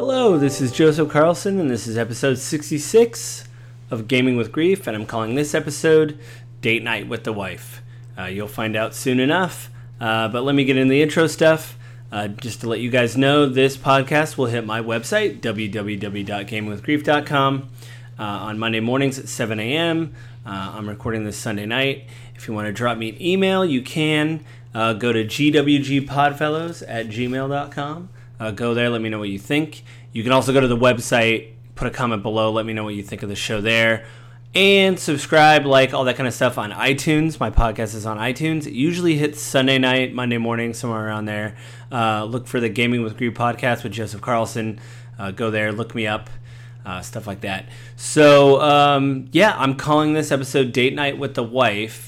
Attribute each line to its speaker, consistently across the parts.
Speaker 1: Hello, this is Joseph Carlson, and this is episode 66 of Gaming with Grief, and I'm calling this episode Date Night with the Wife. Uh, you'll find out soon enough, uh, but let me get into the intro stuff. Uh, just to let you guys know, this podcast will hit my website, www.gamingwithgrief.com, uh, on Monday mornings at 7 a.m. Uh, I'm recording this Sunday night. If you want to drop me an email, you can. Uh, go to gwgpodfellows at gmail.com. Uh, go there, let me know what you think. You can also go to the website, put a comment below, let me know what you think of the show there. And subscribe, like, all that kind of stuff on iTunes. My podcast is on iTunes. It usually hits Sunday night, Monday morning, somewhere around there. Uh, look for the Gaming with Greed podcast with Joseph Carlson. Uh, go there, look me up, uh, stuff like that. So, um, yeah, I'm calling this episode Date Night with the Wife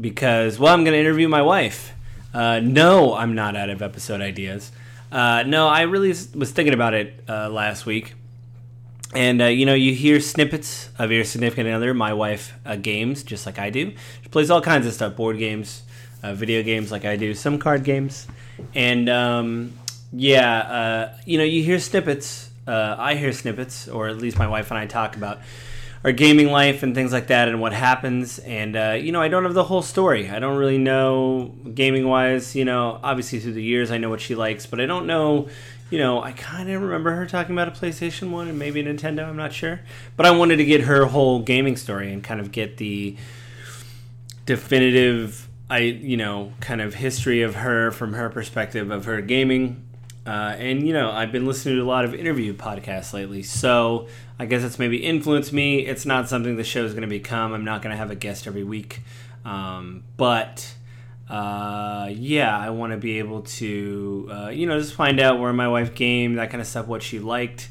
Speaker 1: because well i'm going to interview my wife uh, no i'm not out of episode ideas uh, no i really s- was thinking about it uh, last week and uh, you know you hear snippets of your significant other my wife uh, games just like i do she plays all kinds of stuff board games uh, video games like i do some card games and um, yeah uh, you know you hear snippets uh, i hear snippets or at least my wife and i talk about our gaming life and things like that and what happens and uh, you know i don't have the whole story i don't really know gaming wise you know obviously through the years i know what she likes but i don't know you know i kind of remember her talking about a playstation 1 and maybe a nintendo i'm not sure but i wanted to get her whole gaming story and kind of get the definitive i you know kind of history of her from her perspective of her gaming uh, and you know i've been listening to a lot of interview podcasts lately so i guess it's maybe influenced me it's not something the show is going to become i'm not going to have a guest every week um, but uh, yeah i want to be able to uh, you know just find out where my wife game that kind of stuff what she liked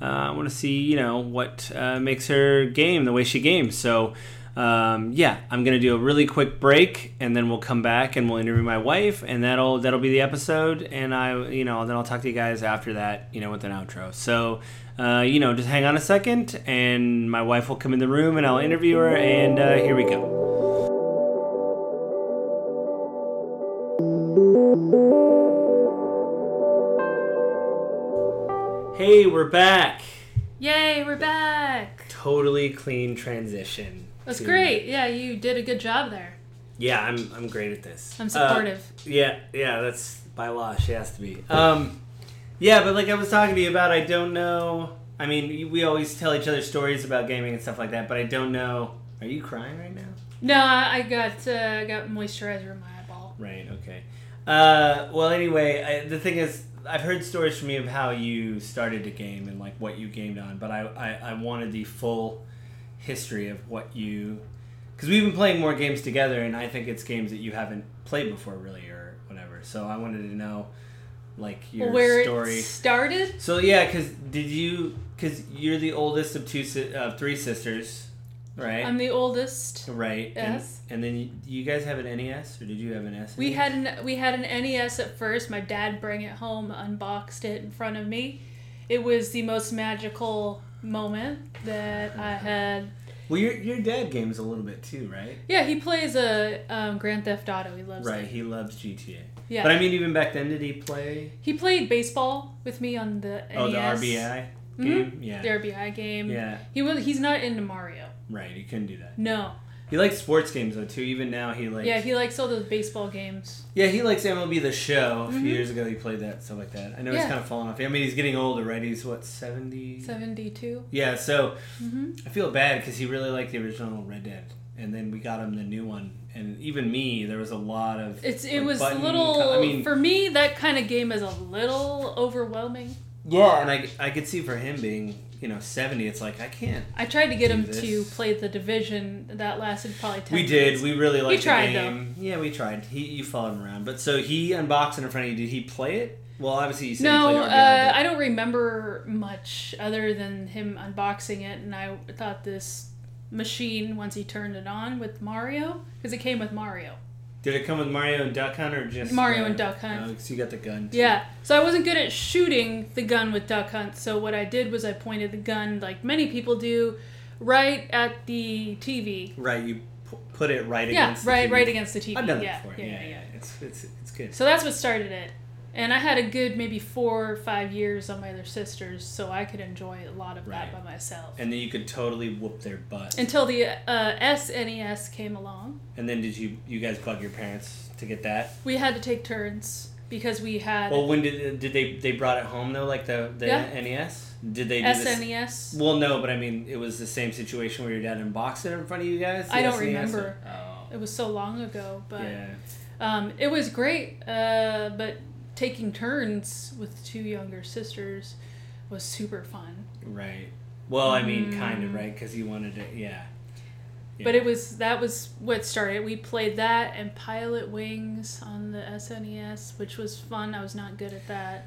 Speaker 1: uh, I want to see, you know, what uh, makes her game the way she games. So, um, yeah, I'm gonna do a really quick break, and then we'll come back and we'll interview my wife, and that'll that'll be the episode. And I, you know, then I'll talk to you guys after that, you know, with an outro. So, uh, you know, just hang on a second, and my wife will come in the room, and I'll interview her. And uh, here we go. Hey, we're back.
Speaker 2: Yay, we're back.
Speaker 1: Totally clean transition.
Speaker 2: That's
Speaker 1: to-
Speaker 2: great. Yeah, you did a good job there.
Speaker 1: Yeah, I'm, I'm great at this.
Speaker 2: I'm
Speaker 1: Uh,
Speaker 2: supportive.
Speaker 1: yeah, yeah, that's by law. She has to be. Um, yeah, but like I was talking to you about, I don't know. I mean, we always tell each other stories about gaming and stuff like that, but I don't know. Are you crying right now?
Speaker 2: no, I I got uh, I got moisturizer in my eyeball.
Speaker 1: Right. Okay. Uh, well, anyway, I, the thing is, I've heard stories from you of how you started to game and like what you gamed on, but I, I, I wanted the full history of what you, because we've been playing more games together, and I think it's games that you haven't played before, really, or whatever. So I wanted to know, like your
Speaker 2: Where
Speaker 1: story.
Speaker 2: it started?
Speaker 1: So yeah, because did you? Because you're the oldest of two si- of three sisters, right?
Speaker 2: I'm the oldest.
Speaker 1: right.
Speaker 2: Um, Yes.
Speaker 1: And, and then you, you guys have an NES, or did you have an E SNES?
Speaker 2: We had an we had an NES at first. My dad bring it home, unboxed it in front of me. It was the most magical moment that I had.
Speaker 1: Well, your your dad games a little bit too, right?
Speaker 2: Yeah, he plays a um, Grand Theft Auto. He loves
Speaker 1: Right.
Speaker 2: it.
Speaker 1: He loves GTA.
Speaker 2: Yeah,
Speaker 1: But I mean, even back then, did he play?
Speaker 2: he played baseball with me on the
Speaker 1: Oh, the
Speaker 2: NES.
Speaker 1: RBI
Speaker 2: Mhm.
Speaker 1: game. Yeah.
Speaker 2: The RBI game.
Speaker 1: Yeah.
Speaker 2: He was he's not into Mario.
Speaker 1: Right. He couldn't do that.
Speaker 2: No.
Speaker 1: He likes sports games though too. Even now, he likes.
Speaker 2: Yeah, he likes all those baseball games.
Speaker 1: Yeah, he likes MLB the Show. A few
Speaker 2: Mhm.
Speaker 1: years ago, he played that stuff like that. I know he's
Speaker 2: Yeah.
Speaker 1: kind of fallen off. I mean, he's getting older, right? He's what 70?
Speaker 2: 72.
Speaker 1: Yeah. So
Speaker 2: hmm
Speaker 1: I feel bad because he really liked the original Red Dead, and then we got him the new one. And even me, there was a lot of.
Speaker 2: It's it
Speaker 1: like,
Speaker 2: was a
Speaker 1: button-
Speaker 2: little
Speaker 1: I mean,
Speaker 2: for me that kind of game is a little overwhelming.
Speaker 1: Yeah, and I, I could see for him being, you know, 70, it's like, I can't.
Speaker 2: I tried to get
Speaker 1: Do
Speaker 2: him
Speaker 1: this.
Speaker 2: to play the division that lasted probably 10
Speaker 1: We did.
Speaker 2: minutes.
Speaker 1: We really liked
Speaker 2: tried,
Speaker 1: the game. Yeah, we tried. He, you followed him around. But so he unboxed it in front of you. Did he play it? Well, obviously you said he
Speaker 2: no,
Speaker 1: played
Speaker 2: uh,
Speaker 1: RBI,
Speaker 2: I don't remember much other than him unboxing it, and I thought this machine once he turned it on with Mario because it came with Mario,
Speaker 1: but Did it come with Mario and Duck Hunt or just.
Speaker 2: Mario
Speaker 1: uh,
Speaker 2: and Duck Hunt.
Speaker 1: Oh, so you got the gun. too.
Speaker 2: Yeah. So I wasn't good at shooting the gun with Duck Hunt. So what I did was I pointed the gun, like many people do, right at the TV.
Speaker 1: Right, you pu- put it right
Speaker 2: yeah,
Speaker 1: against the
Speaker 2: right,
Speaker 1: TV.
Speaker 2: right against the TV.
Speaker 1: I've done that
Speaker 2: yeah,
Speaker 1: before.
Speaker 2: Yeah, yeah,
Speaker 1: yeah. It's, it's, it's good.
Speaker 2: So that's what started it. And I had a good maybe four or five years on my other sisters, so I could enjoy a lot of that
Speaker 1: Right.
Speaker 2: by myself.
Speaker 1: And then you could totally whoop their butt.
Speaker 2: Until the uh, SNES came along,
Speaker 1: And then did you you guys bug your parents to get that?
Speaker 2: we had to take turns because we had
Speaker 1: Well, when did did they they brought it home though? Like the the
Speaker 2: Yeah. E
Speaker 1: NES? Did they do this?
Speaker 2: SNES.
Speaker 1: Well, no, but I mean, it was the same situation where your dad unboxed it in front of you guys.
Speaker 2: I
Speaker 1: the
Speaker 2: don't
Speaker 1: SNES?
Speaker 2: remember.
Speaker 1: Oh,
Speaker 2: It was so long ago, but
Speaker 1: yeah.
Speaker 2: um, it was great. Uh, but taking turns with two younger sisters was super fun.
Speaker 1: Right. Well, I mean, kind of right because you wanted to. Yeah. yeah.
Speaker 2: Mm. But it was that was what started. We played that and Pilot Wings on the SNES, which was fun. I was not good at that.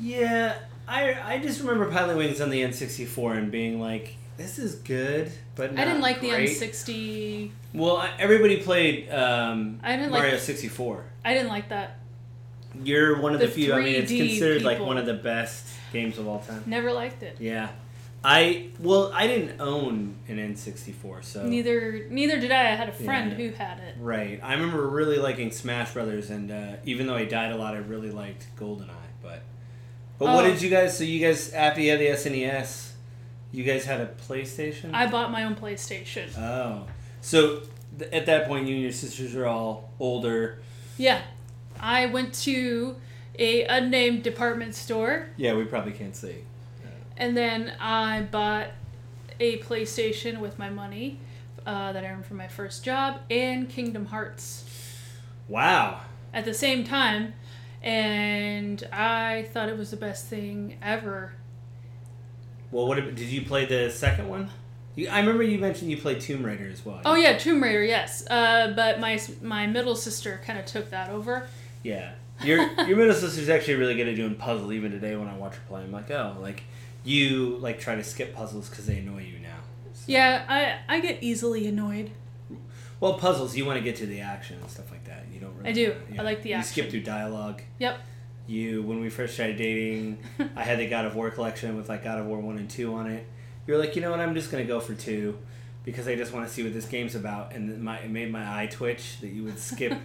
Speaker 1: Yeah, I I just remember Pilot Wings on the N sixty four and being like, this is good, but
Speaker 2: I didn't
Speaker 1: not
Speaker 2: like
Speaker 1: great."
Speaker 2: the M60.
Speaker 1: Well, I, everybody played um,
Speaker 2: I didn't like-
Speaker 1: Mario sixty four.
Speaker 2: I didn't like that.
Speaker 1: You're one of the,
Speaker 2: The
Speaker 1: few. I mean, it's
Speaker 2: 3D
Speaker 1: considered like
Speaker 2: people.
Speaker 1: one of the best games of all time.
Speaker 2: Never liked it.
Speaker 1: Yeah, I well, I didn't own an N sixty four, so
Speaker 2: Neither neither did I. I had a friend
Speaker 1: Yeah.
Speaker 2: who had it.
Speaker 1: Right. I remember really liking Smash Brothers, and uh, even though I died a lot, I really liked GoldenEye. But but what
Speaker 2: Oh.
Speaker 1: did you guys? So you guys after you had the SNES, you guys had a PlayStation.
Speaker 2: I bought my own PlayStation.
Speaker 1: oh, so th- at that point, you and your sisters are all older.
Speaker 2: Yeah. I went to a unnamed department store
Speaker 1: Yeah, we probably can't see.
Speaker 2: and then I bought a PlayStation with my money uh, that I earned from my first job and Kingdom Hearts.
Speaker 1: Wow.
Speaker 2: at the same time and i thought it was the best thing ever
Speaker 1: Well, what ab- did you play the second one? You, I remember you mentioned you played Tomb Raider as well.
Speaker 2: oh yeah tomb raider yes uh, but my my middle sister kind of took that over
Speaker 1: Yeah. Your your middle sister's actually really good at doing puzzles. Even today, when I watch her play, I'm like, oh, like you like try to skip puzzles because they annoy you now.
Speaker 2: yeah i i get easily annoyed
Speaker 1: Well, puzzles you want to get to the action and stuff like that. You don't. Really
Speaker 2: I do.
Speaker 1: yeah.
Speaker 2: I like the
Speaker 1: you
Speaker 2: action.
Speaker 1: skip through dialogue.
Speaker 2: yep
Speaker 1: You when we first started dating, I had the God of War collection with like God of War one and two on it. You're like, you know what? I'm just gonna go for two. Because I just want to see what this game's about, and then my, it made my eye twitch that you would skip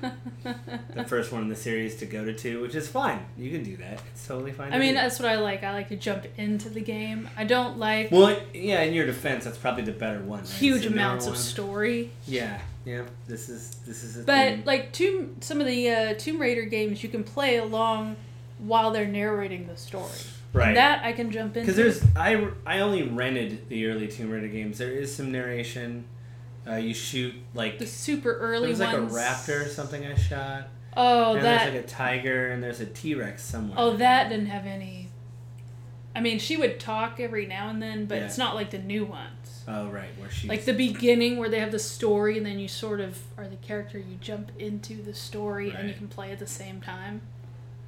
Speaker 1: the first one in the series to go to two, which is fine. You can do that; it's totally fine.
Speaker 2: i
Speaker 1: to
Speaker 2: mean
Speaker 1: do.
Speaker 2: that's what i like i like to jump into the game i don't like
Speaker 1: Well, yeah, in your defense, that's probably the better one. right?
Speaker 2: huge
Speaker 1: It's the narrow
Speaker 2: amounts of
Speaker 1: one.
Speaker 2: story
Speaker 1: Yeah, yeah. This is this is. A theme.
Speaker 2: but like tomb some of the uh, tomb raider games you can play along while they're narrating the story
Speaker 1: right,
Speaker 2: that i can jump into
Speaker 1: because there's I I only rented the early Tomb Raider games. There is some narration. Uh, you shoot like
Speaker 2: the super early
Speaker 1: there was like
Speaker 2: ones
Speaker 1: a raptor or something I shot.
Speaker 2: oh
Speaker 1: and
Speaker 2: that
Speaker 1: there's like a tiger and there's a T Rex somewhere.
Speaker 2: Oh, that didn't have any. I mean, she would talk every now and then, but
Speaker 1: Yeah.
Speaker 2: it's not like the new ones.
Speaker 1: Oh right, where she
Speaker 2: Like the beginning where they have the story, and then you sort of are the character. You jump into the story, and you
Speaker 1: Right.
Speaker 2: can play at the same time.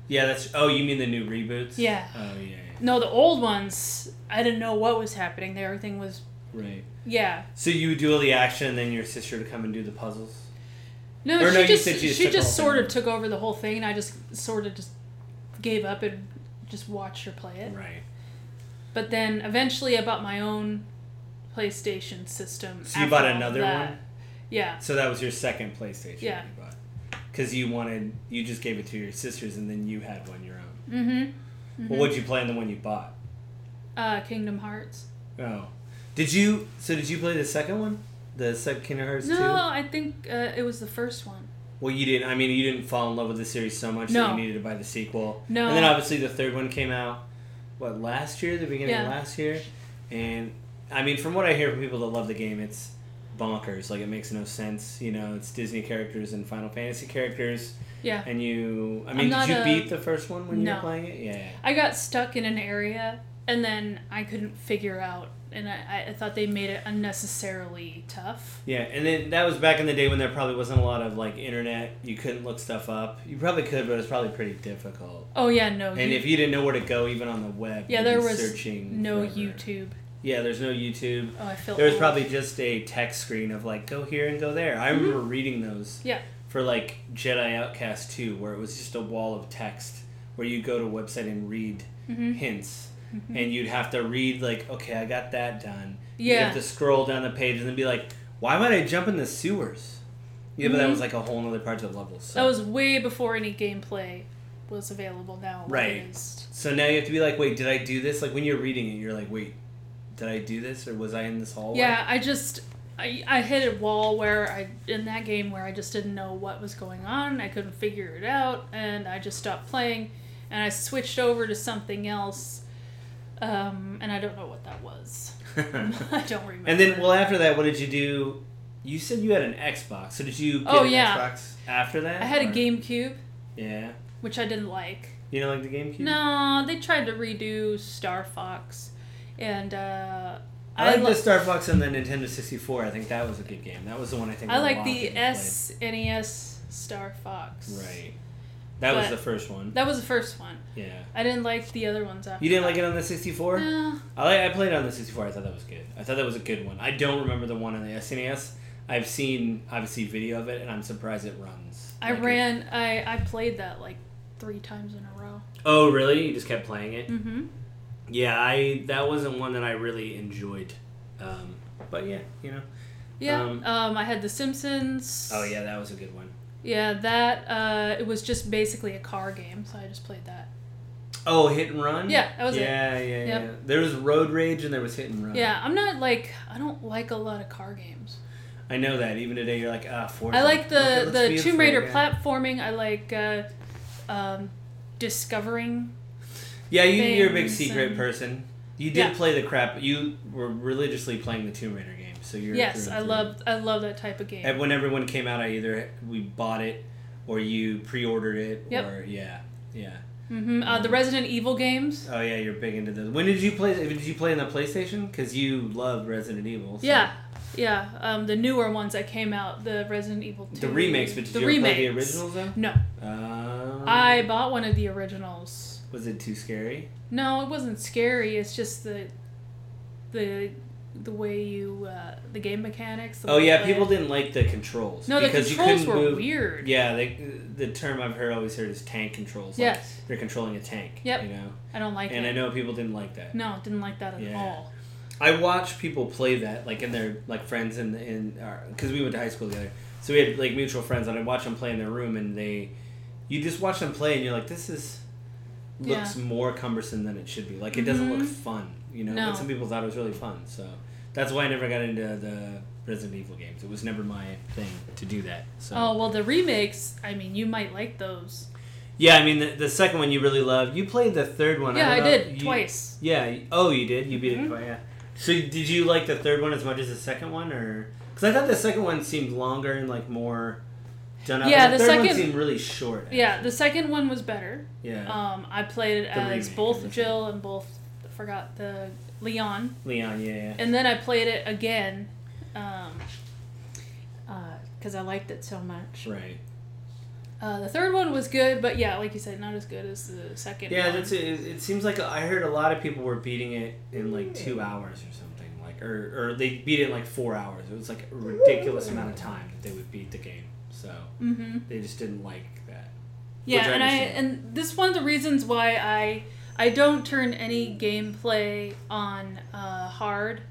Speaker 1: yeah that's oh you mean the new reboots
Speaker 2: Yeah.
Speaker 1: oh yeah, yeah.
Speaker 2: No, the old ones, I didn't know what was happening. There, everything was
Speaker 1: right
Speaker 2: yeah.
Speaker 1: so you would do all the action and then your sister would come and do the puzzles
Speaker 2: No,
Speaker 1: Or
Speaker 2: she
Speaker 1: no, you
Speaker 2: just
Speaker 1: said she
Speaker 2: she,
Speaker 1: just took
Speaker 2: just
Speaker 1: the whole
Speaker 2: sort of
Speaker 1: thing.
Speaker 2: took over the whole thing, and I just sort of just gave up and just watched her play it.
Speaker 1: right
Speaker 2: But then eventually, I bought my own PlayStation system.
Speaker 1: So you
Speaker 2: after
Speaker 1: bought
Speaker 2: all of
Speaker 1: another
Speaker 2: that.
Speaker 1: one?
Speaker 2: Yeah.
Speaker 1: So that was your second PlayStation
Speaker 2: Yeah.
Speaker 1: you bought. Because you wanted, you just gave it to your sisters and then you had one your own.
Speaker 2: Mm-hmm.
Speaker 1: Well, what'd you play on the one you bought?
Speaker 2: Uh, Kingdom Hearts.
Speaker 1: Oh. Did you, so did you play the second one? The second Kingdom Hearts
Speaker 2: No,
Speaker 1: 2?
Speaker 2: I think uh, it was the first one.
Speaker 1: Well, you didn't, I mean, you didn't fall in love with the series so much that
Speaker 2: No.
Speaker 1: you needed to buy the sequel.
Speaker 2: No.
Speaker 1: And then obviously the third one came out, what, last year? The beginning
Speaker 2: Yeah.
Speaker 1: of last year? And, I mean, from what I hear from people that love the game, it's bonkers. Like, it makes no sense. You know, it's Disney characters and Final Fantasy characters.
Speaker 2: Yeah.
Speaker 1: And you, I mean,
Speaker 2: not
Speaker 1: did you
Speaker 2: a-
Speaker 1: beat the first one when you
Speaker 2: No.
Speaker 1: were playing it? Yeah.
Speaker 2: I got stuck in an area and then I couldn't figure out, and I, I thought they made it unnecessarily tough.
Speaker 1: Yeah, and then that was back in the day when there probably wasn't a lot of like internet. You couldn't look stuff up. You probably could, but it was probably pretty difficult.
Speaker 2: Oh, yeah, no.
Speaker 1: And
Speaker 2: you-
Speaker 1: if you didn't know where to go, even on the web,
Speaker 2: yeah,
Speaker 1: you'd
Speaker 2: there
Speaker 1: be
Speaker 2: was
Speaker 1: searching
Speaker 2: no
Speaker 1: forever.
Speaker 2: YouTube.
Speaker 1: Yeah, there's no YouTube.
Speaker 2: Oh, I feel
Speaker 1: There was
Speaker 2: old.
Speaker 1: probably just a text screen of like go here and go there. I remember reading those.
Speaker 2: Mm-hmm. Yeah.
Speaker 1: For like Jedi Outcast 2, where it was just a wall of text where you go to a website and read
Speaker 2: Mm-hmm.
Speaker 1: hints. And you'd have to read like, okay, I got that done. You
Speaker 2: Yeah.
Speaker 1: have to scroll down the page and then be like, why might I jump in the
Speaker 2: Mm-hmm.
Speaker 1: sewers? Yeah, but that was like a whole other part of the level. So.
Speaker 2: That was way before any gameplay was available now. one
Speaker 1: Right.
Speaker 2: is-
Speaker 1: So now you have to be like, wait, did I do this? Like when you're reading it, you're like, wait, did I do this or was I in this hallway?
Speaker 2: Yeah, I just I, I hit a wall where I in that game where I just didn't know what was going on. I couldn't figure it out, and I just stopped playing, and I switched over to something else, um, and I don't know what that was. I don't remember.
Speaker 1: and then, well, after that, what did you do? You said you had an Xbox. So did you get
Speaker 2: Oh,
Speaker 1: an
Speaker 2: yeah.
Speaker 1: Xbox after that?
Speaker 2: I had a
Speaker 1: or-
Speaker 2: GameCube,
Speaker 1: Yeah.
Speaker 2: which I didn't like.
Speaker 1: You know, like the GameCube.
Speaker 2: No, they tried to redo Star Fox, and uh,
Speaker 1: I like
Speaker 2: li-
Speaker 1: the Star Fox and the Nintendo 64. I think that was a good game. That was the one I think.
Speaker 2: I
Speaker 1: a
Speaker 2: like
Speaker 1: lot of
Speaker 2: the
Speaker 1: people played.
Speaker 2: SNES Star Fox.
Speaker 1: Right. That was
Speaker 2: But-
Speaker 1: the first one.
Speaker 2: That was the first one.
Speaker 1: Yeah.
Speaker 2: I didn't like the other ones after.
Speaker 1: You didn't like it on the 64?
Speaker 2: No.
Speaker 1: I like, I played it on the 64. I thought that was good. I thought that was a good one. I don't remember the one on the SNES. I've seen obviously video of it, and I'm surprised it runs.
Speaker 2: I
Speaker 1: Like,
Speaker 2: ran. I I played that like three times in a row.
Speaker 1: it- oh, really? You just kept playing it?
Speaker 2: Mm-hmm.
Speaker 1: Yeah, I that wasn't one that I really enjoyed. Um, but yeah, you know.
Speaker 2: Yeah. Um,
Speaker 1: Um,
Speaker 2: I had The Simpsons.
Speaker 1: Oh yeah, that was a good one.
Speaker 2: Yeah. That. Uh. It was just basically a car game, so I just played that.
Speaker 1: Oh, Hit and Run.
Speaker 2: Yeah, that was it.
Speaker 1: yeah, Yeah, yeah,
Speaker 2: Yep.
Speaker 1: yeah. There was Road Rage, and there was Hit and Run.
Speaker 2: Yeah. I'm not like. I don't like a lot of car games.
Speaker 1: I know that. Even today, you're like, ah, Forza.
Speaker 2: I like the
Speaker 1: Okay, let's be
Speaker 2: the
Speaker 1: a
Speaker 2: Tomb Raider
Speaker 1: Forza.
Speaker 2: platforming. I like. Uh, um, discovering.
Speaker 1: Yeah, you, you're a big
Speaker 2: things
Speaker 1: secret
Speaker 2: and-
Speaker 1: person. You did
Speaker 2: Yeah.
Speaker 1: play the crap. You were religiously playing the Tomb Raider game, so you're.
Speaker 2: yes,
Speaker 1: through
Speaker 2: I
Speaker 1: and through.
Speaker 2: love. I love that type of game.
Speaker 1: And when everyone came out, I either we bought it, or you pre-ordered it,
Speaker 2: Yep.
Speaker 1: or yeah, yeah.
Speaker 2: hmm Uh, the Resident Evil games.
Speaker 1: Oh yeah, you're big into those. When did you play? Did you play in the PlayStation? Because you love Resident Evil. so-
Speaker 2: Yeah, yeah. Um, the newer ones that came out, the Resident Evil 2.
Speaker 1: The remakes, but did
Speaker 2: the
Speaker 1: you ever play the
Speaker 2: remakes.
Speaker 1: originals though?
Speaker 2: No,
Speaker 1: Um,
Speaker 2: I bought one of the originals.
Speaker 1: was it too scary?
Speaker 2: No, it wasn't scary. It's just the, the, the way you, uh, the game mechanics. the
Speaker 1: Oh
Speaker 2: way you
Speaker 1: yeah,
Speaker 2: play
Speaker 1: people
Speaker 2: it.
Speaker 1: didn't like the controls.
Speaker 2: No, the
Speaker 1: because you
Speaker 2: controls
Speaker 1: couldn't
Speaker 2: were
Speaker 1: move.
Speaker 2: weird.
Speaker 1: Yeah, they, the term I've heard always heard is tank controls. like,
Speaker 2: Yes.
Speaker 1: they're controlling a tank.
Speaker 2: Yep.
Speaker 1: You know,
Speaker 2: I don't like
Speaker 1: and
Speaker 2: it.
Speaker 1: I know people didn't like that.
Speaker 2: No, didn't like that at
Speaker 1: Yeah.
Speaker 2: all.
Speaker 1: I watch people play that, like in their like friends in in because we went to high school together, so we had like mutual friends, and I watch them play in their room, and they, you just watch them play, and you're like, this is looks more cumbersome than it should be. Like it doesn't
Speaker 2: Mhm.
Speaker 1: look fun, you know.
Speaker 2: No.
Speaker 1: But some people thought it was really fun, so that's why I never got into the Resident Evil games. It was never my thing to do that. So
Speaker 2: Oh well, the remakes. I mean, you might like those.
Speaker 1: yeah, I mean the, the second one you really loved. You played the third one.
Speaker 2: yeah, I,
Speaker 1: don't know if
Speaker 2: did
Speaker 1: you-
Speaker 2: twice.
Speaker 1: Yeah. y- Oh, you did. You beat it
Speaker 2: Mhm.
Speaker 1: twice. Yeah. So did you like the third one as much as the second one, or because I thought the second one seemed longer and like more done up.
Speaker 2: Yeah,
Speaker 1: and
Speaker 2: the
Speaker 1: third one
Speaker 2: second-
Speaker 1: seemed really short.
Speaker 2: Yeah, the second one was better.
Speaker 1: Yeah.
Speaker 2: Um, I played it
Speaker 1: The
Speaker 2: as
Speaker 1: remake,
Speaker 2: both
Speaker 1: isn't it?
Speaker 2: Jill and both I forgot the Leon,
Speaker 1: Leon. Yeah. yeah.
Speaker 2: and then I played it again, um, because I liked it so much.
Speaker 1: Right.
Speaker 2: Uh, the third one was good, but yeah, like you said, not as good as the second.
Speaker 1: Yeah,
Speaker 2: one.
Speaker 1: that's it. It seems like I heard a lot of people were beating it in like
Speaker 2: Hmm.
Speaker 1: two hours or something, like or or they beat it in like four hours. It was like a ridiculous amount
Speaker 2: Hmm.
Speaker 1: of time that they would beat the game. So
Speaker 2: Mm-hmm.
Speaker 1: they just didn't like that.
Speaker 2: Yeah,
Speaker 1: I
Speaker 2: and I
Speaker 1: understand.
Speaker 2: and this one of the reasons why I I don't turn any gameplay on uh, hard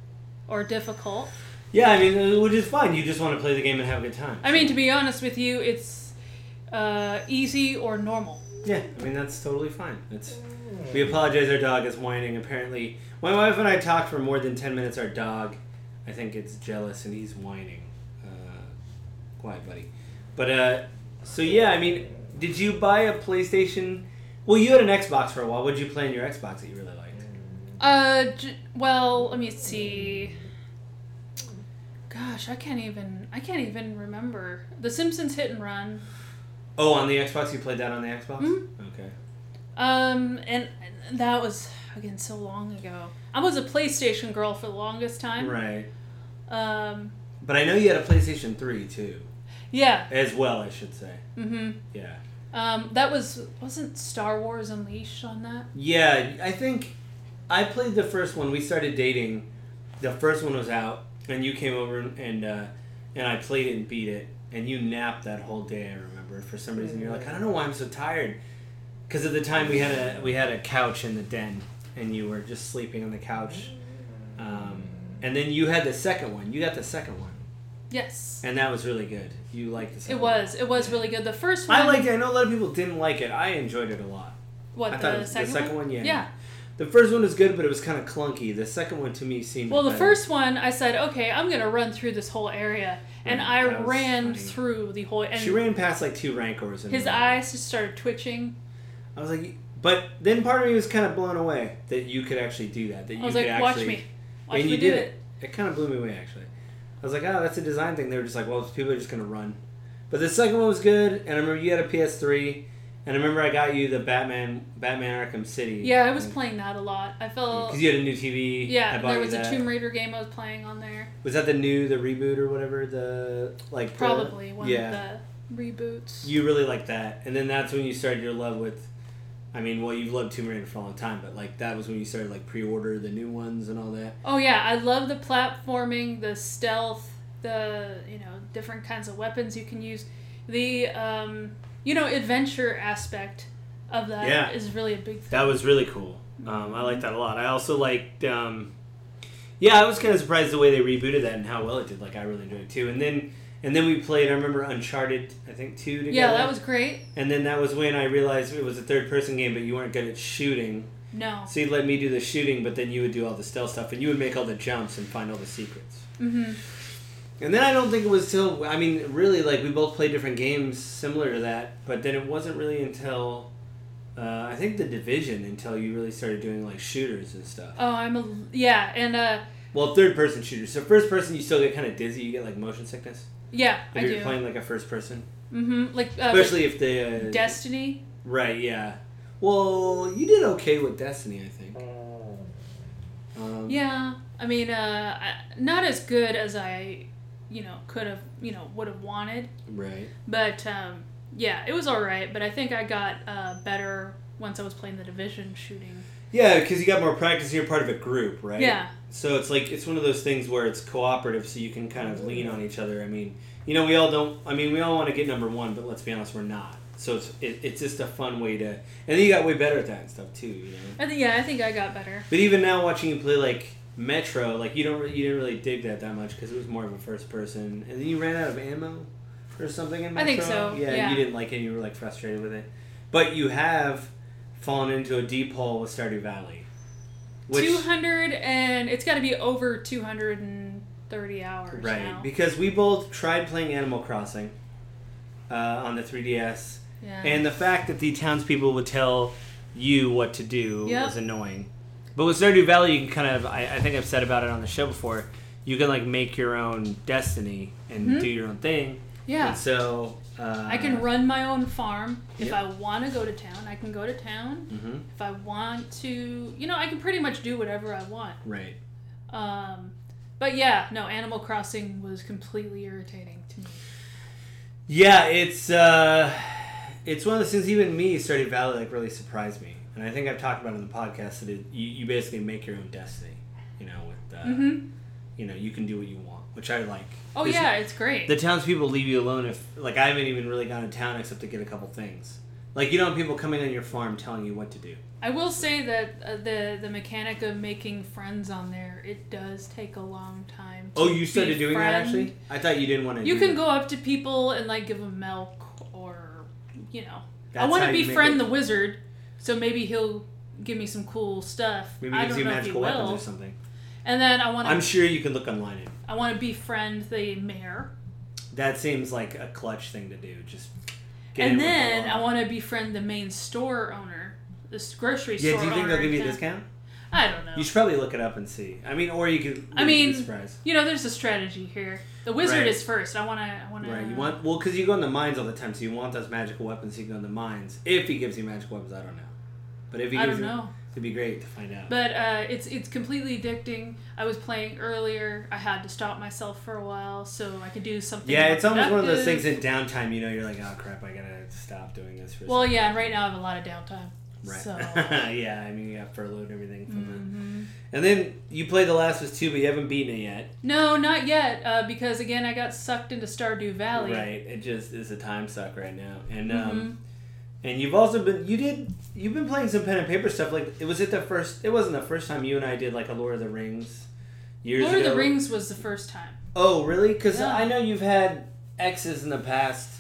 Speaker 2: or difficult.
Speaker 1: Yeah, I mean, uh, which is fine. You just want to play the game and have a good time.
Speaker 2: I mean, to be honest with you, it's uh, easy or normal.
Speaker 1: Yeah, I mean that's totally fine. It's we apologize. Our dog is whining. Apparently, my wife and I talked for more than ten minutes. Our dog, I think, it's jealous and he's whining. Uh, quiet, buddy. But uh, so yeah, I mean, did you buy a PlayStation? Well, you had an Xbox for a while. What did you play on your Xbox that you really liked?
Speaker 2: Uh, j- well, let me see. Gosh, I can't even. I can't even remember. The Simpsons Hit and Run.
Speaker 1: Oh, on the Xbox, you played that on the Xbox.
Speaker 2: Mhm.
Speaker 1: Okay.
Speaker 2: Um, and and that was again so long ago. I was a PlayStation girl for the longest time.
Speaker 1: Right.
Speaker 2: Um,
Speaker 1: But I know you had a PlayStation Three too,
Speaker 2: yeah.
Speaker 1: as well. I should say.
Speaker 2: Mm-hmm.
Speaker 1: Yeah.
Speaker 2: Um, that was wasn't Star Wars Unleashed on that?
Speaker 1: Yeah, I think I played the first one. We started dating. The first one was out, and you came over and and, uh, and I played it and beat it, and you napped that whole day. I remember for some reason you're like, I don't know why I'm so tired, because at the time we had a we had a couch in the den, and you were just sleeping on the couch. Um, and then you had the second one. You got the second one.
Speaker 2: Yes.
Speaker 1: and that was really good. You liked this?
Speaker 2: It was. It was really good. The first one.
Speaker 1: I liked it. I know a lot of people didn't like it. I enjoyed it a lot.
Speaker 2: What
Speaker 1: I thought it
Speaker 2: the,
Speaker 1: was-
Speaker 2: second
Speaker 1: one, yeah.
Speaker 2: Yeah.
Speaker 1: The first one was good, but it was kind of clunky. The second one to me seemed
Speaker 2: Well, the
Speaker 1: better.
Speaker 2: first one, I said, okay, I'm gonna run through this whole area, and
Speaker 1: Yeah,
Speaker 2: I
Speaker 1: that was
Speaker 2: ran
Speaker 1: funny.
Speaker 2: through the whole. And
Speaker 1: she ran past like two rancors. In
Speaker 2: His
Speaker 1: the-
Speaker 2: eyes just started twitching.
Speaker 1: I was like, but then part of me was kind of blown away that you could actually do that. That you
Speaker 2: I was
Speaker 1: could
Speaker 2: like, watch
Speaker 1: actually.
Speaker 2: me, watch
Speaker 1: and
Speaker 2: me
Speaker 1: you
Speaker 2: do
Speaker 1: did
Speaker 2: it.
Speaker 1: It kind of blew me away actually. I was like, oh, that's a design thing. They were just like, well, people are just gonna run. But the second one was good, and I remember you had a PS3, and I remember I got you the Batman Batman Arkham City.
Speaker 2: Yeah, I was playing that a lot. I felt.
Speaker 1: Because you had a new TV. I
Speaker 2: Yeah,
Speaker 1: bought
Speaker 2: there
Speaker 1: you
Speaker 2: was a
Speaker 1: that.
Speaker 2: Tomb Raider game I was playing on there.
Speaker 1: Was that the new the reboot or whatever the like the-
Speaker 2: Probably one
Speaker 1: yeah.
Speaker 2: of the reboots.
Speaker 1: You really liked that, and then that's when you started your love with. I mean, well, you've loved Tomb Raider for a long time, but like that was when you started like pre-order the new ones and all that.
Speaker 2: Oh yeah, I love the platforming, the stealth, the you know different kinds of weapons you can use, the um, you know adventure aspect of that is
Speaker 1: Yeah.
Speaker 2: really a big thing.
Speaker 1: That was really cool. Um, I liked that a lot. I also liked. Um, yeah, I was kind of surprised the way they rebooted that and how well it did. Like, I really enjoyed it too. And then, and then we played. I remember Uncharted. I think two together.
Speaker 2: yeah, that was great.
Speaker 1: And then that was when I realized it was a third-person game, but you weren't good at shooting.
Speaker 2: No,
Speaker 1: So you'd let me do the shooting, but then you would do all the stealth stuff, and you would make all the jumps and find all the secrets.
Speaker 2: hmm
Speaker 1: And then I don't think it was till I mean, really, like we both played different games similar to that, but then it wasn't really until uh, I think the division until you really started doing like shooters and stuff.
Speaker 2: oh I'm a yeah and uh
Speaker 1: Well, third person shooters. So first person, you still get kind of dizzy. You get like motion sickness
Speaker 2: yeah
Speaker 1: if
Speaker 2: I
Speaker 1: you're
Speaker 2: do.
Speaker 1: playing like a first person,
Speaker 2: hmm Like uh,
Speaker 1: especially if the uh,
Speaker 2: Destiny.
Speaker 1: Right. Yeah. Well, you did okay with Destiny, I think. Um,
Speaker 2: Yeah, I mean, uh, I- not as good as I, you know, could have, you know, would have wanted.
Speaker 1: Right.
Speaker 2: But um, yeah, it was all right. But I think I got uh, better once I was playing the division shooting.
Speaker 1: Yeah, because you got more practice. You're part of a group, right?
Speaker 2: Yeah,
Speaker 1: So it's like it's one of those things where it's cooperative, so you can kind of lean on each other. I mean, you know, we all don't. I mean, we all want to get number one, but let's be honest, we're not. So it's it, it's just a fun way to. And then you got way better at that and stuff too, you know.
Speaker 2: I think yeah, I think I got better.
Speaker 1: But even now, watching you play like Metro, like you don't re- you didn't really dig that that much because it was more of a first person, and then you ran out of ammo or something in Metro.
Speaker 2: I think so, yeah.
Speaker 1: you didn't like it. You were like frustrated with it, but you have fallen into a deep hole with Stardew Valley. Which,
Speaker 2: Two hundred and it's got to be over two hundred and thirty hours
Speaker 1: Right,
Speaker 2: now.
Speaker 1: because we both tried playing Animal Crossing uh, on the 3DS,
Speaker 2: Yeah.
Speaker 1: and the fact that the townspeople would tell you what to do
Speaker 2: Yep.
Speaker 1: was annoying. But with Stardew Valley, you can kind of, I, I think I've said about it on the show before, you can like make your own destiny and
Speaker 2: Mhm.
Speaker 1: do your own thing.
Speaker 2: yeah.
Speaker 1: And so. Uh,
Speaker 2: I can run my own farm. If
Speaker 1: Yep.
Speaker 2: I want to go to town, I can go to town.
Speaker 1: hmm
Speaker 2: If I want to, you know, I can pretty much do whatever I want.
Speaker 1: Right.
Speaker 2: Um, but yeah, no, Animal Crossing was completely irritating to me.
Speaker 1: Yeah, it's uh, it's one of those things. Even me, Stardew Valley, like really surprised me, and I think I've talked about it in the podcast that it, you, you basically make your own destiny. You know, with uh,
Speaker 2: hmm
Speaker 1: you know, you can do what you want, which I like.
Speaker 2: Oh
Speaker 1: There's-
Speaker 2: yeah, it's great.
Speaker 1: The townspeople leave you alone if, like, I haven't even really gone to town except to get a couple things. Like, you don't have people coming on your farm telling you what to do.
Speaker 2: I will say that uh, the the mechanic of making friends on there it does take a long time. to
Speaker 1: Oh, you started doing that
Speaker 2: befriend.
Speaker 1: actually? I thought you didn't want to.
Speaker 2: You
Speaker 1: do
Speaker 2: can
Speaker 1: that.
Speaker 2: go up to people and like give them milk or you know. I
Speaker 1: That's
Speaker 2: want
Speaker 1: how
Speaker 2: to
Speaker 1: you make
Speaker 2: befriend
Speaker 1: it.
Speaker 2: the wizard, so maybe he'll give me some cool stuff.
Speaker 1: Maybe
Speaker 2: I
Speaker 1: gives
Speaker 2: don't
Speaker 1: you
Speaker 2: know
Speaker 1: magical
Speaker 2: if he
Speaker 1: weapons
Speaker 2: will.
Speaker 1: or something.
Speaker 2: And then I want
Speaker 1: I'm
Speaker 2: to
Speaker 1: sure you can look online. And
Speaker 2: I want to befriend the mayor.
Speaker 1: that seems like a clutch thing to do. Just. Get in
Speaker 2: and
Speaker 1: with the
Speaker 2: then
Speaker 1: law.
Speaker 2: I want to befriend the main store owner, this grocery
Speaker 1: Yeah,
Speaker 2: store.
Speaker 1: do you think
Speaker 2: owner
Speaker 1: they'll give
Speaker 2: in
Speaker 1: you a
Speaker 2: town.
Speaker 1: discount?
Speaker 2: I don't know.
Speaker 1: You
Speaker 2: You,
Speaker 1: should probably look it up and see. I mean, or you could.
Speaker 2: I
Speaker 1: you could be
Speaker 2: mean,
Speaker 1: surprised.
Speaker 2: know, there's a strategy here. The wizard
Speaker 1: Right.
Speaker 2: is first. I want to. I want to.
Speaker 1: Right, you want well because you go in the mines all the time, so you want those magical weapons. So you go in the mines if he gives you magical weapons. I don't know, but if he
Speaker 2: I
Speaker 1: gives
Speaker 2: don't
Speaker 1: you,
Speaker 2: know,
Speaker 1: it'd be great to find out.
Speaker 2: but uh, it's it's completely addicting. I was playing earlier. I had to stop myself for a while so I could do something.
Speaker 1: yeah,
Speaker 2: more
Speaker 1: it's almost one of those
Speaker 2: productive.
Speaker 1: things in downtime. You know, you're like, oh crap, I gotta stop doing this for. a
Speaker 2: Well,
Speaker 1: second."
Speaker 2: yeah, and right now I have a lot of downtime.
Speaker 1: right.
Speaker 2: So. Mm-hmm.
Speaker 1: yeah, I mean, you got furloughed and everything from that.
Speaker 2: Mhm.
Speaker 1: And then you play The Last of Us two, but you haven't beaten it yet.
Speaker 2: No, not yet, uh, because again, I got sucked into Stardew Valley.
Speaker 1: Right, it just is a time suck right now, and um,
Speaker 2: Mhm.
Speaker 1: And you've also been you did you've been playing some pen and paper stuff. Like it was it the first it wasn't the first time you and I did like a Lord of the Rings years
Speaker 2: Lord of
Speaker 1: ago.
Speaker 2: the Rings was the first time.
Speaker 1: Oh, really? Because
Speaker 2: Yeah.
Speaker 1: I know you've had exes in the past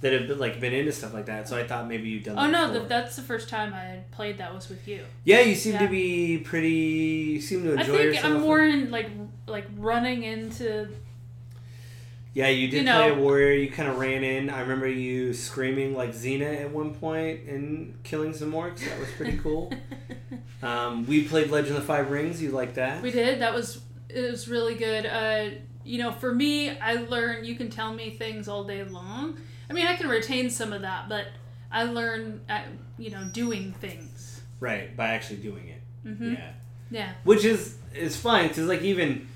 Speaker 1: that have been, like been into stuff like that, so I thought maybe you've done.
Speaker 2: Oh
Speaker 1: that
Speaker 2: no,
Speaker 1: before.
Speaker 2: th that's the first time I had played that was with you.
Speaker 1: yeah, you seem
Speaker 2: yeah.
Speaker 1: to be pretty. You seem to enjoy
Speaker 2: I think
Speaker 1: yourself.
Speaker 2: I'm more in like like running into
Speaker 1: Yeah, you did
Speaker 2: you
Speaker 1: play
Speaker 2: know-
Speaker 1: a warrior. You kind of ran in. I remember you screaming like Xena at one point and killing some orcs. That was pretty cool. um, we played Legend of the Five Rings. You like that?
Speaker 2: We did. That was it was really good. Uh, you know, for me, I learn. You can tell me things all day long. I mean, I can retain some of that, but I learn. At, you know, doing things.
Speaker 1: Right, by actually doing it.
Speaker 2: hmm
Speaker 1: Yeah.
Speaker 2: Yeah.
Speaker 1: which is is fine because like even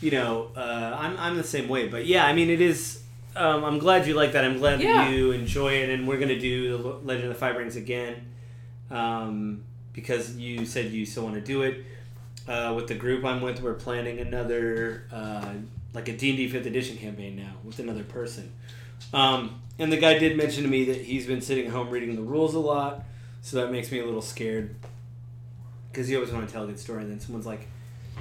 Speaker 1: you know uh, I'm I'm the same way, but yeah, I mean it is. Um, I'm glad you like that. I'm glad
Speaker 2: Yeah.
Speaker 1: that you enjoy it, and we're gonna do the Le- Legend of the Five Rings again um, because you said you still want to do it. Uh, with the group I'm with, we're planning another uh, like a D&D fifth edition campaign now with another person. Um, and the guy did mention to me that he's been sitting at home reading the rules a lot, so that makes me a little scared because you always want to tell a good story, and then someone's like,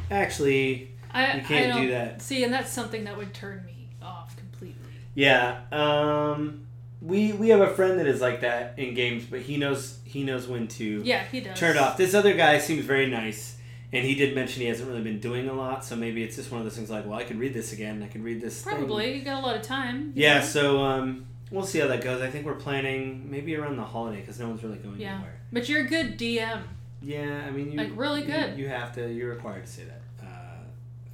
Speaker 1: "Actually,
Speaker 2: I
Speaker 1: you
Speaker 2: I
Speaker 1: can't
Speaker 2: don't,
Speaker 1: do that."
Speaker 2: See, and that's something that would turn me off completely.
Speaker 1: Yeah. Um, we we have a friend that is like that in games, but he knows he knows when to
Speaker 2: Yeah, he does.
Speaker 1: turn it off. This other guy seems very nice, and he did mention he hasn't really been doing a lot, so maybe it's just one of those things like, well, I could read this again. I could read this. thing."
Speaker 2: Probably, you got a lot of time. you
Speaker 1: Yeah.
Speaker 2: know?
Speaker 1: So um, we'll see how that goes. I think we're planning maybe around the holiday because no one's really going
Speaker 2: Yeah.
Speaker 1: anywhere.
Speaker 2: But you're a good DM.
Speaker 1: Yeah. I mean, you
Speaker 2: Like, really
Speaker 1: you-
Speaker 2: good.
Speaker 1: You, have to. You're required to say that. Uh,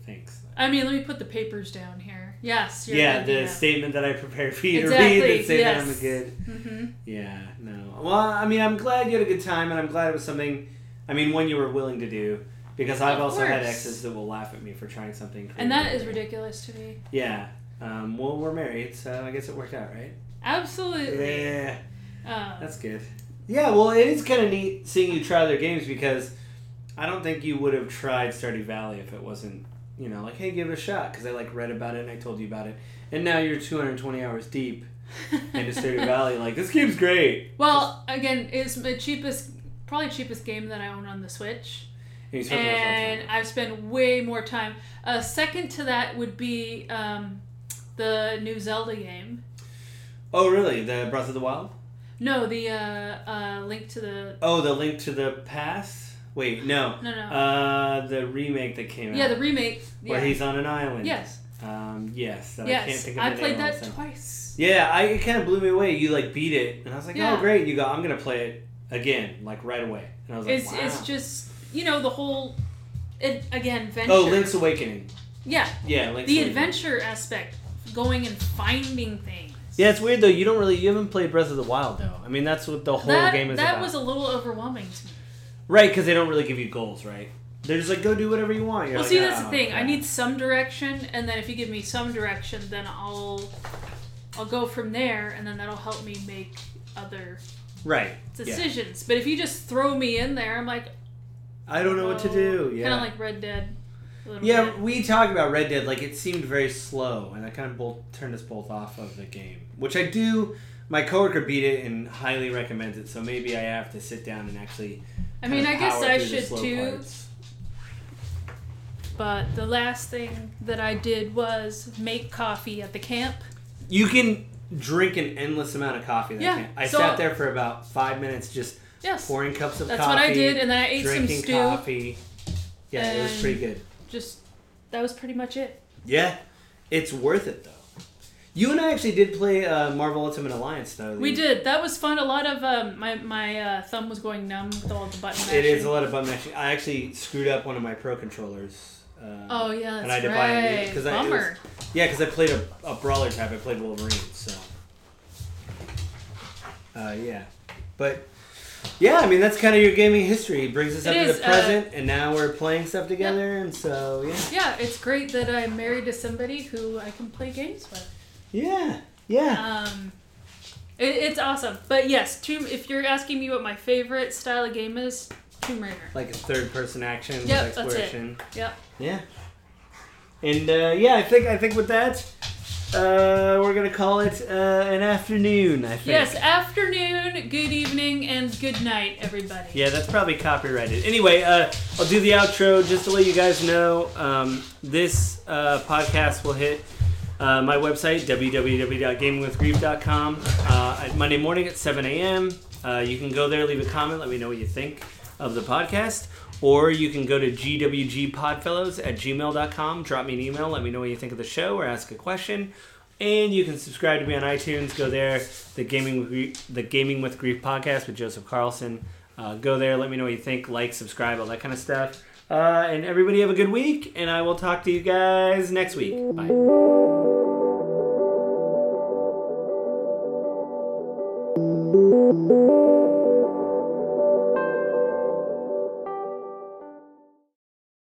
Speaker 1: thanks.
Speaker 2: I mean, let me put the papers down here. Yes, you're
Speaker 1: yeah,
Speaker 2: a
Speaker 1: the
Speaker 2: good
Speaker 1: statement that I prepared for you to
Speaker 2: Exactly,
Speaker 1: read that say that I'm
Speaker 2: yes.
Speaker 1: a good.
Speaker 2: DM. hmm
Speaker 1: Yeah, no. Well, I mean, I'm glad you had a good time, and I'm glad it was something. I mean, one you were willing to do, because I've
Speaker 2: Of
Speaker 1: also had
Speaker 2: course.
Speaker 1: exes that will laugh at me for trying something. Creative.
Speaker 2: And that is ridiculous to me.
Speaker 1: Yeah. Um, well, we're married, so I guess it worked out, right?
Speaker 2: Absolutely.
Speaker 1: Yeah,
Speaker 2: Um,
Speaker 1: that's good. Yeah, well, it is kind of neat seeing you try other games because I don't think you would have tried Stardew Valley if it wasn't, you know, like, hey, give it a shot, because I like read about it and I told you about it, and now you're 220 hours deep into Stardew Valley, like this game's great,
Speaker 2: well, again, it's the cheapest, probably cheapest game that I own on the Switch,
Speaker 1: and you spent the most amount of time.
Speaker 2: and I've spent way more time. Uh, second to that would be um, the new Zelda game.
Speaker 1: Oh, really? The Breath of the Wild?
Speaker 2: No, the uh, uh, Link to the
Speaker 1: Oh, the Link to the Past? Wait, no.
Speaker 2: no no
Speaker 1: Uh, the remake that came
Speaker 2: yeah
Speaker 1: out.
Speaker 2: the remake.
Speaker 1: Where
Speaker 2: Yeah.
Speaker 1: he's on an island.
Speaker 2: yes
Speaker 1: Um, yes. That I can't
Speaker 2: yes
Speaker 1: think of the
Speaker 2: I,
Speaker 1: name
Speaker 2: played
Speaker 1: all of a
Speaker 2: that
Speaker 1: sudden.
Speaker 2: twice.
Speaker 1: Yeah, I, it kind of blew me away. You, like, beat it. And I was like,
Speaker 2: Yeah.
Speaker 1: oh, great. And you go, I'm going to play it again, like, right away. And I was like,
Speaker 2: It's
Speaker 1: wow.
Speaker 2: it's just you know the whole, it, again adventure.
Speaker 1: oh, Link's Awakening.
Speaker 2: Yeah,
Speaker 1: Yeah, Link's
Speaker 2: the
Speaker 1: Awakening.
Speaker 2: adventure aspect, going and finding things.
Speaker 1: Yeah, it's weird, though. You don't really, you haven't played Breath of the Wild, though. I mean, that's what the whole
Speaker 2: that,
Speaker 1: game is
Speaker 2: that
Speaker 1: about.
Speaker 2: was a little overwhelming to me.
Speaker 1: Right, because they don't really give you goals, right? They're just like, go do whatever you want. You're
Speaker 2: well,
Speaker 1: like,
Speaker 2: see, that's
Speaker 1: "Oh,
Speaker 2: the thing. I
Speaker 1: okay."
Speaker 2: need some direction, and then if you give me some direction, then I'll I'll go from there, and then that'll help me make other
Speaker 1: Right. Yeah.
Speaker 2: decisions. But if you just throw me in there, I'm like,
Speaker 1: I don't know what to do. Yeah.
Speaker 2: kind of like Red Dead. a little
Speaker 1: yeah,
Speaker 2: bit.
Speaker 1: we talked about Red Dead. Like it seemed very slow, and that kind of both turned us both off of the game. Which I do. My coworker beat it and highly recommends it. So maybe I have to sit down and actually.
Speaker 2: I mean, I
Speaker 1: kinda
Speaker 2: guess
Speaker 1: power
Speaker 2: I
Speaker 1: through the
Speaker 2: should
Speaker 1: slow
Speaker 2: too.
Speaker 1: parts.
Speaker 2: But the last thing that I did was make coffee at the camp.
Speaker 1: You can drink an endless amount of coffee. That
Speaker 2: Yeah,
Speaker 1: can. I
Speaker 2: so-
Speaker 1: sat there for about five minutes just
Speaker 2: Yes,
Speaker 1: pouring cups of
Speaker 2: that's
Speaker 1: coffee.
Speaker 2: what I did, and then I ate some
Speaker 1: drinking
Speaker 2: stew.
Speaker 1: coffee. Yeah, it was
Speaker 2: and-
Speaker 1: pretty good.
Speaker 2: Just that was pretty much it.
Speaker 1: Yeah, it's worth it though. You and I actually did play uh, Marvel Ultimate Alliance though.
Speaker 2: We did. That was fun. A lot of um, my my uh, thumb was going numb with all the button.
Speaker 1: It is a
Speaker 2: mashing.
Speaker 1: lot of bum mashing. I actually screwed up one of my pro controllers. Uh,
Speaker 2: Oh yeah, that's
Speaker 1: And I had to buy a new-
Speaker 2: right.
Speaker 1: 'cause I- it was-
Speaker 2: Bummer.
Speaker 1: Yeah, because I played a, a brawler type. I played Wolverine, so. Uh, yeah, but yeah, I mean that's kind of your gaming history. It brings us
Speaker 2: It
Speaker 1: up to
Speaker 2: is,
Speaker 1: the
Speaker 2: uh,
Speaker 1: present, and now we're playing stuff together, and so yeah,
Speaker 2: yeah, it's great that I'm married to somebody who I can play games with.
Speaker 1: yeah, yeah.
Speaker 2: Um, it, it's awesome. But yes, Tomb. If you're asking me what my favorite style of game is, Tomb Raider.
Speaker 1: like a third person action
Speaker 2: Yep,
Speaker 1: with
Speaker 2: that's it.
Speaker 1: exploration.
Speaker 2: Yep.
Speaker 1: Yeah. And uh, yeah, I think I think with that, uh, uh, we're gonna call it uh, an afternoon. I think.
Speaker 2: Yes, afternoon, good evening, and good night, everybody.
Speaker 1: Yeah, that's probably copyrighted. Anyway, uh, I'll do the outro just to let you guys know. Um, this uh, podcast will hit uh, my website, www.gamingwithgrief.com, uh, at Monday morning at 7 a.m. Uh, you can go there, leave a comment, let me know what you think of the podcast. Or you can go to gwgpodfellows at gmail.com, drop me an email, let me know what you think of the show, or ask a question. And you can subscribe to me on iTunes. Go there, the gaming with Grief, the gaming with grief podcast with Joseph Carlson. Uh, go there, let me know what you think, like, subscribe, all that kind of stuff. Uh, and everybody have a good week, and I will talk to you guys next week. Bye.
Speaker 3: Thank you.